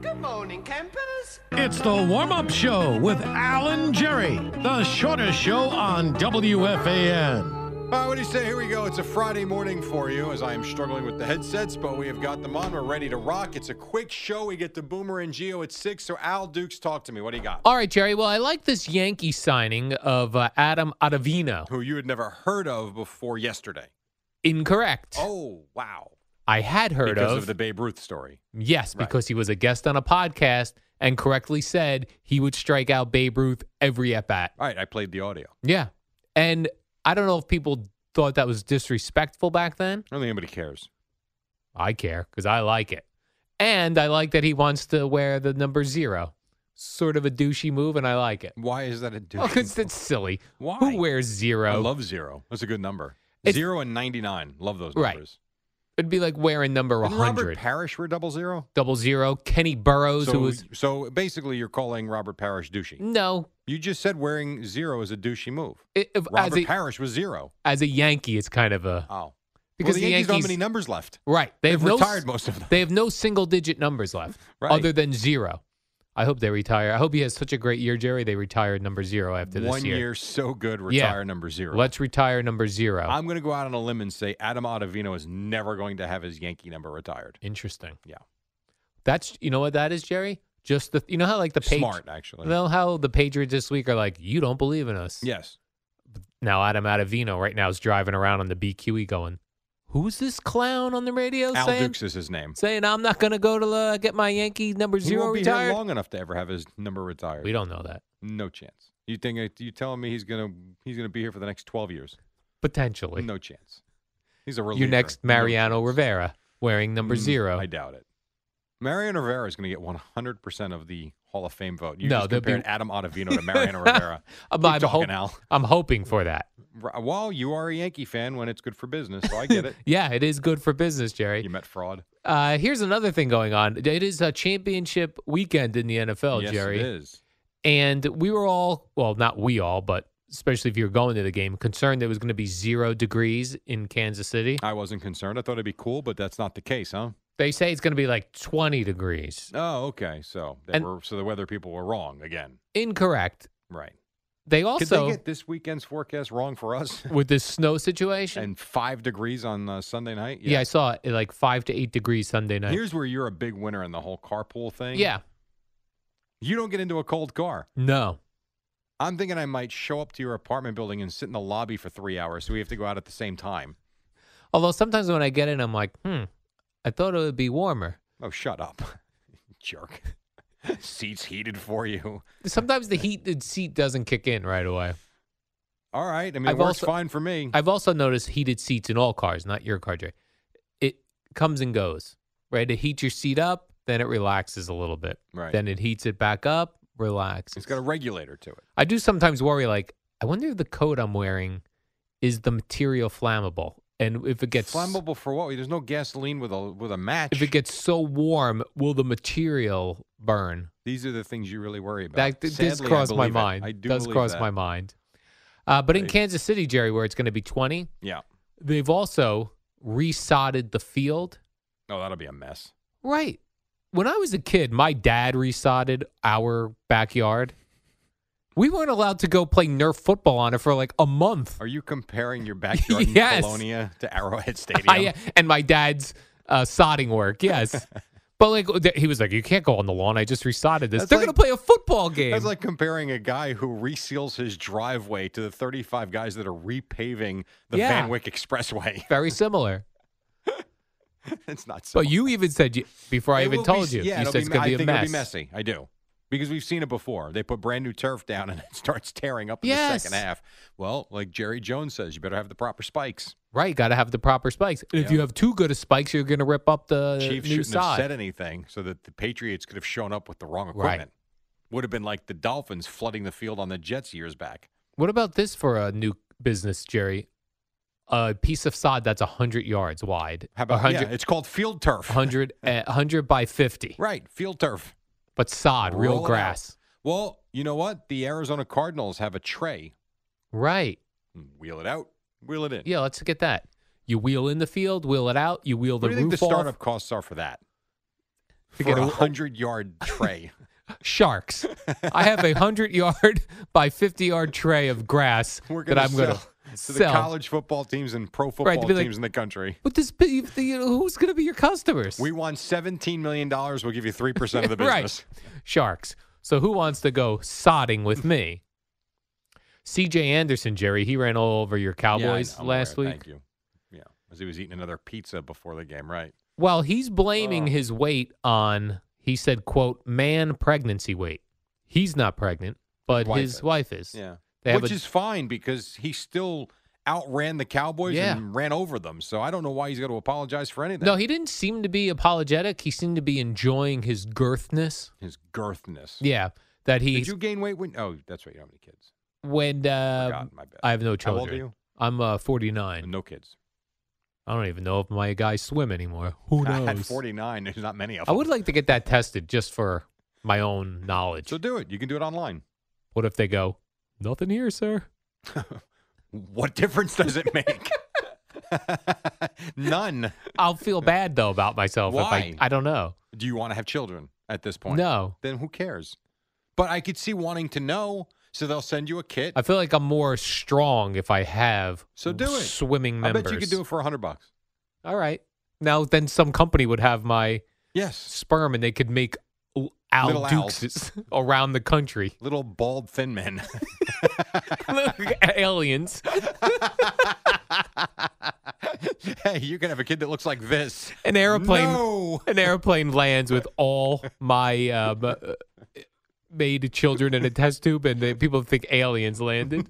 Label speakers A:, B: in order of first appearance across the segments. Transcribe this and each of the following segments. A: Good morning, campers.
B: It's the warm up show with Alan Jerry, the shortest show on WFAN.
C: Uh, what do you say? Here we go. It's a Friday morning for you as I am struggling with the headsets, but we have got them on. We're ready to rock. It's a quick show. We get the Boomer and Geo at 6. So, Al Dukes, talk to me. What do you got?
D: All right, Jerry. Well, I like this Yankee signing of uh, Adam Ottavino.
C: Who you had never heard of before yesterday.
D: Incorrect.
C: Oh, wow.
D: I had heard
C: because
D: of.
C: of the Babe Ruth story.
D: yes,
C: Right.
D: because he was a guest on a podcast and correctly said he would strike out Babe Ruth every at bat.
C: All right. I played the audio.
D: Yeah. And I don't know if people thought that was disrespectful back then.
C: I don't think anybody cares.
D: I care because I like it. And I like that he wants to wear the number zero. Sort of a douchey move, and I like it.
C: Why is that a dude?
D: Well, because Oh, it's silly.
C: Why?
D: Who wears zero?
C: I love zero. That's a good number.
D: It's-
C: zero and 99. Love those
D: Right.
C: numbers.
D: It'd be like wearing number
C: Didn't Robert
D: 100.
C: Parrish were double zero?
D: double zero. Kenny Burrows,
C: So,
D: who was
C: so basically, you're calling Robert Parrish douchey.
D: no
C: You just said wearing zero is a douchey move.
D: i- if, as
C: Robert
D: a
C: Parrish was zero.
D: as a Yankee, it's kind of a
C: Oh,
D: because
C: well, the, Yankees, don't have many numbers left.
D: right they
C: They've
D: have no, s-
C: retired most of them.
D: They have no single digit numbers left
C: Right.
D: other than zero. I hope they retire. I hope he has such a great year, Jerry. They retired number zero after this
C: One
D: year.
C: so good,
D: Yeah.
C: retire number 0
D: Let's retire number 0
C: I'm going to go out on a limb and say Adam Ottavino is never going to have his Yankee number retired.
D: Interesting.
C: Yeah.
D: That's you know what that is, Jerry. Just the you know how like the page,
C: Smart, actually.
D: You know how the Patriots this week are like, you don't believe in us.
C: Yes.
D: Now Adam Adavino right now is driving around on the BQE going, who's this clown on the radio
C: Al
D: saying
C: Dukes is his name.
D: saying I'm not going to go to uh, get my Yankee number
C: he
D: zero
C: won't be here
D: retired.
C: long enough to ever have his number retired.
D: We don't know that
C: No chance. You think uh, you telling me he's going to he's going to be here for the next 12 years?
D: potentially.
C: No chance. He's a reliever.
D: Your next
C: No
D: Mariano
C: chance.
D: Rivera wearing number
C: Mm,
D: zero. Uh,
C: I doubt it. Mariano Rivera is going to get 100% of the Hall of Fame vote. You
D: No,
C: just
D: there'll be-
C: compared Adam Ottavino to Mariano Rivera.
D: I'm,
C: Keep
D: I'm
C: talking,
D: hop-
C: Al.
D: I'm hoping for that.
C: R- Well, you are a Yankee fan when it's good for business, so I get it.
D: Yeah, it is good for business, Jerry.
C: You met fraud.
D: Uh, here's another thing going on. It is a championship weekend in the NFL,
C: yes,
D: Oh, Jerry.
C: it is.
D: And we were all, well, not we all, but especially if you're going to the game, concerned there was going to be zero degrees in Kansas City.
C: I wasn't concerned. I thought it'd be cool, but that's not the case, huh?
D: They say it's going to be like 20 degrees.
C: Oh, okay. So they
D: And-
C: were, so the weather people were wrong again.
D: Incorrect.
C: Right.
D: They
C: Did
D: also,
C: they get this weekend's forecast wrong for us?
D: with this snow situation,
C: and five degrees on uh, Sunday night.
D: yeah. I saw it at like five to eight degrees Sunday night.
C: Here's where you're a big winner in the whole carpool thing.
D: yeah.
C: You don't get into a cold car.
D: No.
C: I'm thinking I might show up to your apartment building and sit in the lobby for three hours, so we have to go out at the same time.
D: Although sometimes when I get in, I'm like, hmm, I thought it would be warmer.
C: Oh, shut up, jerk! Seats heated for you.
D: Sometimes the heated seat doesn't kick in right away.
C: All right, I mean,
D: I've
C: it works
D: also-
C: fine for me.
D: I've also noticed heated seats in all cars, not your car, Jerry. It comes and goes, right? It heats your seat up, then it relaxes a little bit.
C: Right.
D: Then it heats it back up, relaxes.
C: it's got a regulator to it.
D: I do sometimes worry, like, I wonder if the coat I'm wearing is the material flammable, and if it gets
C: Flammable for what? There's no gasoline with a with a match.
D: if it gets so warm, will the material burn?
C: These are the things you really worry about.
D: That th- does
C: Uh, Sadly, I
D: cross my
C: believe it.
D: mind.
C: I do
D: does
C: believe
D: cross
C: that.
D: my mind. Uh, but in
C: Right.
D: Kansas City, Jerry, where it's going to be 20,
C: Yeah.
D: they've also resodded the field.
C: Oh, that'll be a mess.
D: Right. When I was a kid, my dad resodded our backyard. We weren't allowed to go play Nerf football on it for like a month.
C: Are you comparing your backyard
D: Yes.
C: in Colonia to Arrowhead Stadium?
D: I, and my dad's uh, sodding work, yes. but like th- he was like, you can't go on the lawn. I just resodded this.
C: That's
D: They're
C: like-
D: going to play a football game.
C: That's like comparing a guy who reseals his driveway to the 35 guys that are repaving the
D: Yeah.
C: Van Wyck Expressway.
D: Very similar.
C: it's not so.
D: But you even said you, before I
C: It
D: even
C: will be-
D: told you,
C: yeah,
D: you
C: it'll
D: said it's
C: me-
D: going to
C: I
D: be a
C: think
D: mess.
C: It'll be messy. I do. Because we've seen it before. They put brand new turf down and it starts tearing up in the second
D: Yes.
C: half. Well, like Jerry Jones says, you better have the proper spikes.
D: Right, got to have the proper spikes. And if
C: Yeah.
D: you have too good of spikes, you're going to rip up the
C: Chiefs
D: new
C: shouldn't have
D: sod.
C: said anything so that the Patriots could have shown up with the wrong
D: Right.
C: equipment. Would have been like the Dolphins flooding the field on the Jets years back.
D: What about this for a new business, Jerry? A piece of sod that's 100 yards wide.
C: How about yeah,
D: 100,
C: it's called field turf.
D: 100, uh, 100 by 50,
C: Right, field turf.
D: but sod,
C: Roll it
D: real
C: out.
D: grass.
C: Well, you know what? The Arizona Cardinals have a tray.
D: Right.
C: Wheel it out, wheel it in.
D: Yeah, let's get that. You wheel in the field, wheel it out, you wheel the
C: what do you think
D: roof
C: the startup
D: off.
C: costs are for that? for
D: To get
C: a
D: a-
C: hundred yard tray.
D: Sharks. I have a 100 yard by 50 yard tray of grass
C: We're
D: that
C: gonna
D: I'm going
C: sell
D: to
C: to
D: sell.
C: the college football teams and pro football
D: be like-
C: teams in the country.
D: But this, you know, who's going to be your customers?
C: We want seventeen million dollars. We'll give you three percent of the business.
D: Right. Sharks. So who wants to go sodding with me? CJ Anderson, Jerry, he ran all over your
C: Yeah, I
D: Cowboys
C: know. I'm
D: last
C: aware.
D: week.
C: Thank you. Yeah, as he was eating another pizza before the game. Right.
D: Well, he's blaming
C: Oh.
D: his weight on he said, quote, man pregnancy weight. He's not pregnant, but
C: wife
D: his
C: is.
D: wife is.
C: Yeah.
D: They have
C: Which
D: a-
C: is fine because he still outran the Cowboys
D: Yeah.
C: and ran over them. So I don't know why he's got to apologize for anything.
D: No, he didn't seem to be apologetic. He seemed to be enjoying his girthness.
C: his girthness.
D: Yeah. That
C: Did
D: he's
C: you gain weight when? Oh, that's right. You don't have any kids.
D: when uh,
C: Forgot, my bad.
D: I have no
C: How
D: children.
C: old are you?
D: I'm uh, 49.
C: No kids.
D: I don't even know if my guys swim anymore. Who knows?
C: At 49, there's not many of
D: I
C: them.
D: would like to get that tested just for my own knowledge.
C: So do it. You can do it online.
D: What if they go, nothing here, sir?
C: What difference does it make? None.
D: I'll feel bad though about myself.
C: Why?
D: If I, I don't know.
C: Do you want to have children at this point?
D: No,
C: Then who cares? But I could see wanting to know, so they'll send you a kit.
D: I feel like I'm more strong if I have
C: So do it.
D: swimming
C: I
D: members.
C: bet you could do it for a hundred bucks.
D: All right. Now then, some company would have my
C: Yes.
D: sperm and they could make l- Al
C: Little Al's.
D: Dukes around the country.
C: Little bald thin men.
D: Aliens.
C: hey, you can have a kid that looks like this.
D: An airplane.
C: No.
D: An airplane lands with all my um, uh, made children in a test tube, and they, people think aliens landed.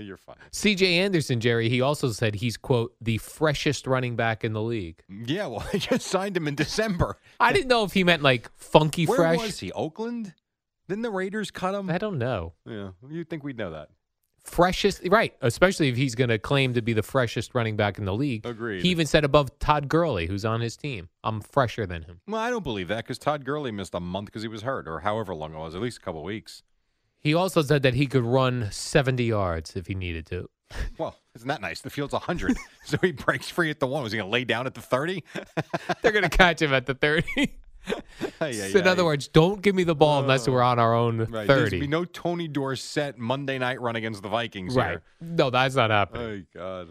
C: You're fine.
D: CJ Anderson, Jerry, he also said he's, quote, the freshest running back in the league.
C: Yeah, well, I just signed him in December.
D: I didn't know if he meant like funky
C: Where
D: fresh.
C: was he? Oakland? Didn't the Raiders cut him?
D: I don't know.
C: Yeah, you'd think we'd know that.
D: Freshest, right, especially if he's going to claim to be the freshest running back in the league.
C: Agreed.
D: He even said above Todd Gurley, who's on his team, I'm fresher than him.
C: Well, I don't believe that because Todd Gurley missed a month because he was hurt, or however long it was, at least a couple weeks.
D: He also said that he could run 70 yards if he needed to.
C: Well, isn't that nice? The field's 100, so he breaks free at the one. Was he going to lay down at the 30?
D: They're going to catch him at the 30. So in other words, don't give me the ball unless we're on our own
C: right, there's
D: 30.
C: be no Tony Dorsett Monday night run against the Vikings
D: right.
C: here.
D: No, that's not happening.
C: Oh, God.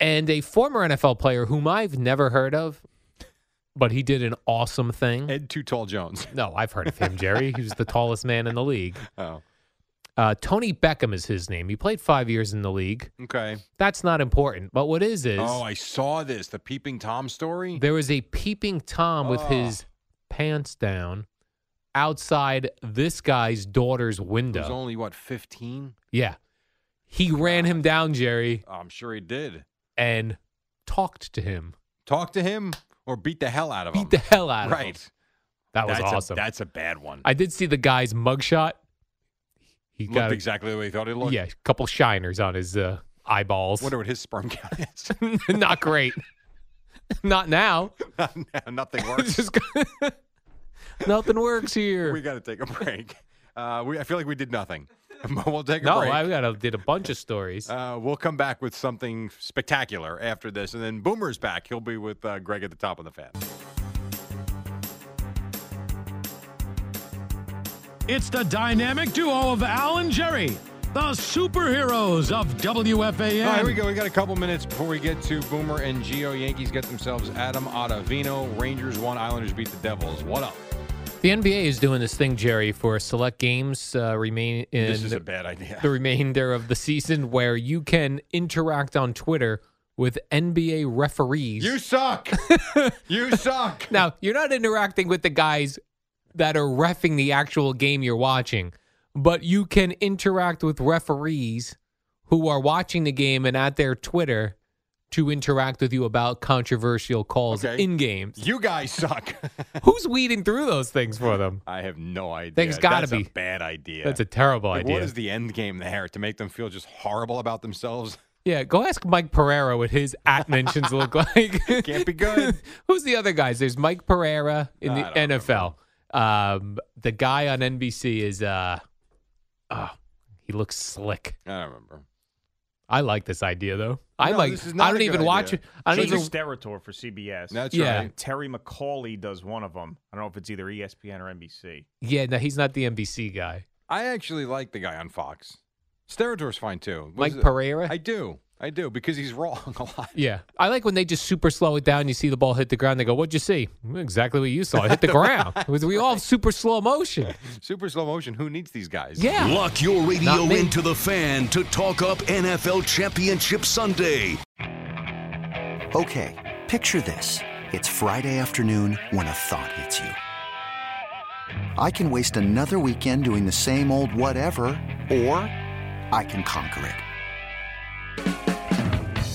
D: and a former NFL player whom I've never heard of, but he did an awesome thing.
C: Ed Too Tall Jones.
D: no, I've heard of him, Jerry. he was the tallest man in the league.
C: Oh,
D: Uh, Tony Beckham is his name. He played five years in the league.
C: okay.
D: That's not important. But what is is
C: Oh, I saw this. The Peeping Tom story.
D: there was a peeping Tom with
C: Oh.
D: his pants down outside this guy's daughter's
C: He
D: window.
C: was only, what, 15?
D: Yeah. He ran him down, Jerry,
C: Oh, I'm sure he did.
D: and talked to him.
C: Talk to him or beat the hell out of him.
D: Beat the hell out of him.
C: Right.
D: That was
C: that's
D: awesome.
C: A, that's a bad one.
D: I did see the guy's mugshot. He
C: looked
D: got a,
C: exactly the way he thought he looked.
D: yeah, a couple shiners on his uh, eyeballs.
C: Wonder what his sperm count is.
D: Not great. Not now.
C: Now Nothing works.
D: Just go- Nothing works here.
C: we got to take a break. Uh, we, I feel like we did nothing, but we'll take a
D: no,
C: break.
D: I got a, did a bunch of stories.
C: uh, we'll come back with something spectacular after this, and then Boomer's back. He'll be with uh, Greg at the top of the fan.
B: It's the dynamic duo of Al and Jerry, the superheroes of WFAN.
C: All right, here we go. We got a couple minutes before we get to Boomer and Geo. Yankees get themselves Adam Ottavino. Rangers won. Islanders beat the Devils. What up?
D: The NBA is doing this thing, Jerry, for select games uh, remain in
C: this is a bad idea.
D: the remainder of the season, where you can interact on Twitter with NBA referees.
C: You suck. you suck.
D: now you're not interacting with the guys that are refing the actual game you're watching, but you can interact with referees who are watching the game and at their Twitter to interact with you about controversial calls
C: Okay.
D: in games.
C: You guys suck.
D: Who's weeding through those things for them?
C: I have no idea.
D: Thing's gotta
C: That's
D: be.
C: a bad idea.
D: That's a terrible
C: Like,
D: idea.
C: What is the end game there to make them feel just horrible about themselves?
D: yeah, go ask Mike Pereira what his at mentions look like.
C: Can't be good.
D: Who's the other guys? There's Mike Pereira in
C: I
D: the
C: don't remember.
D: NFL. Um, the guy on NBC is uh, oh, he looks slick.
C: I don't remember.
D: I like this idea though. I
C: No,
D: like.
C: this is
D: I
C: not
D: don't
C: a
D: even
C: good
D: watch
C: idea.
D: it. I don't
E: James
D: even.
E: Steratore for CBS.
C: That's
D: Yeah.
C: right.
E: Terry McCauley does one of them. I don't know if it's either E ESPN or NBC.
D: Yeah, no, he's not the NBC guy.
C: I actually like the guy on Fox. Sterador's fine too. What
D: Mike
C: is it?
D: Pereira?
C: I do. I do because he's wrong a lot.
D: Yeah, I like when they just super slow it down. You see the ball hit the ground. They go, "What'd you see?" Exactly what you saw. It hit the ground. It was we all super slow motion.
C: Super slow motion. Who needs these guys?
D: Yeah.
F: Lock your radio
D: Not me.
F: into the fan to talk up NFL Championship Sunday.
G: Okay, picture this. It's Friday afternoon when a thought hits you. I can waste another weekend doing the same old whatever, or I can conquer it.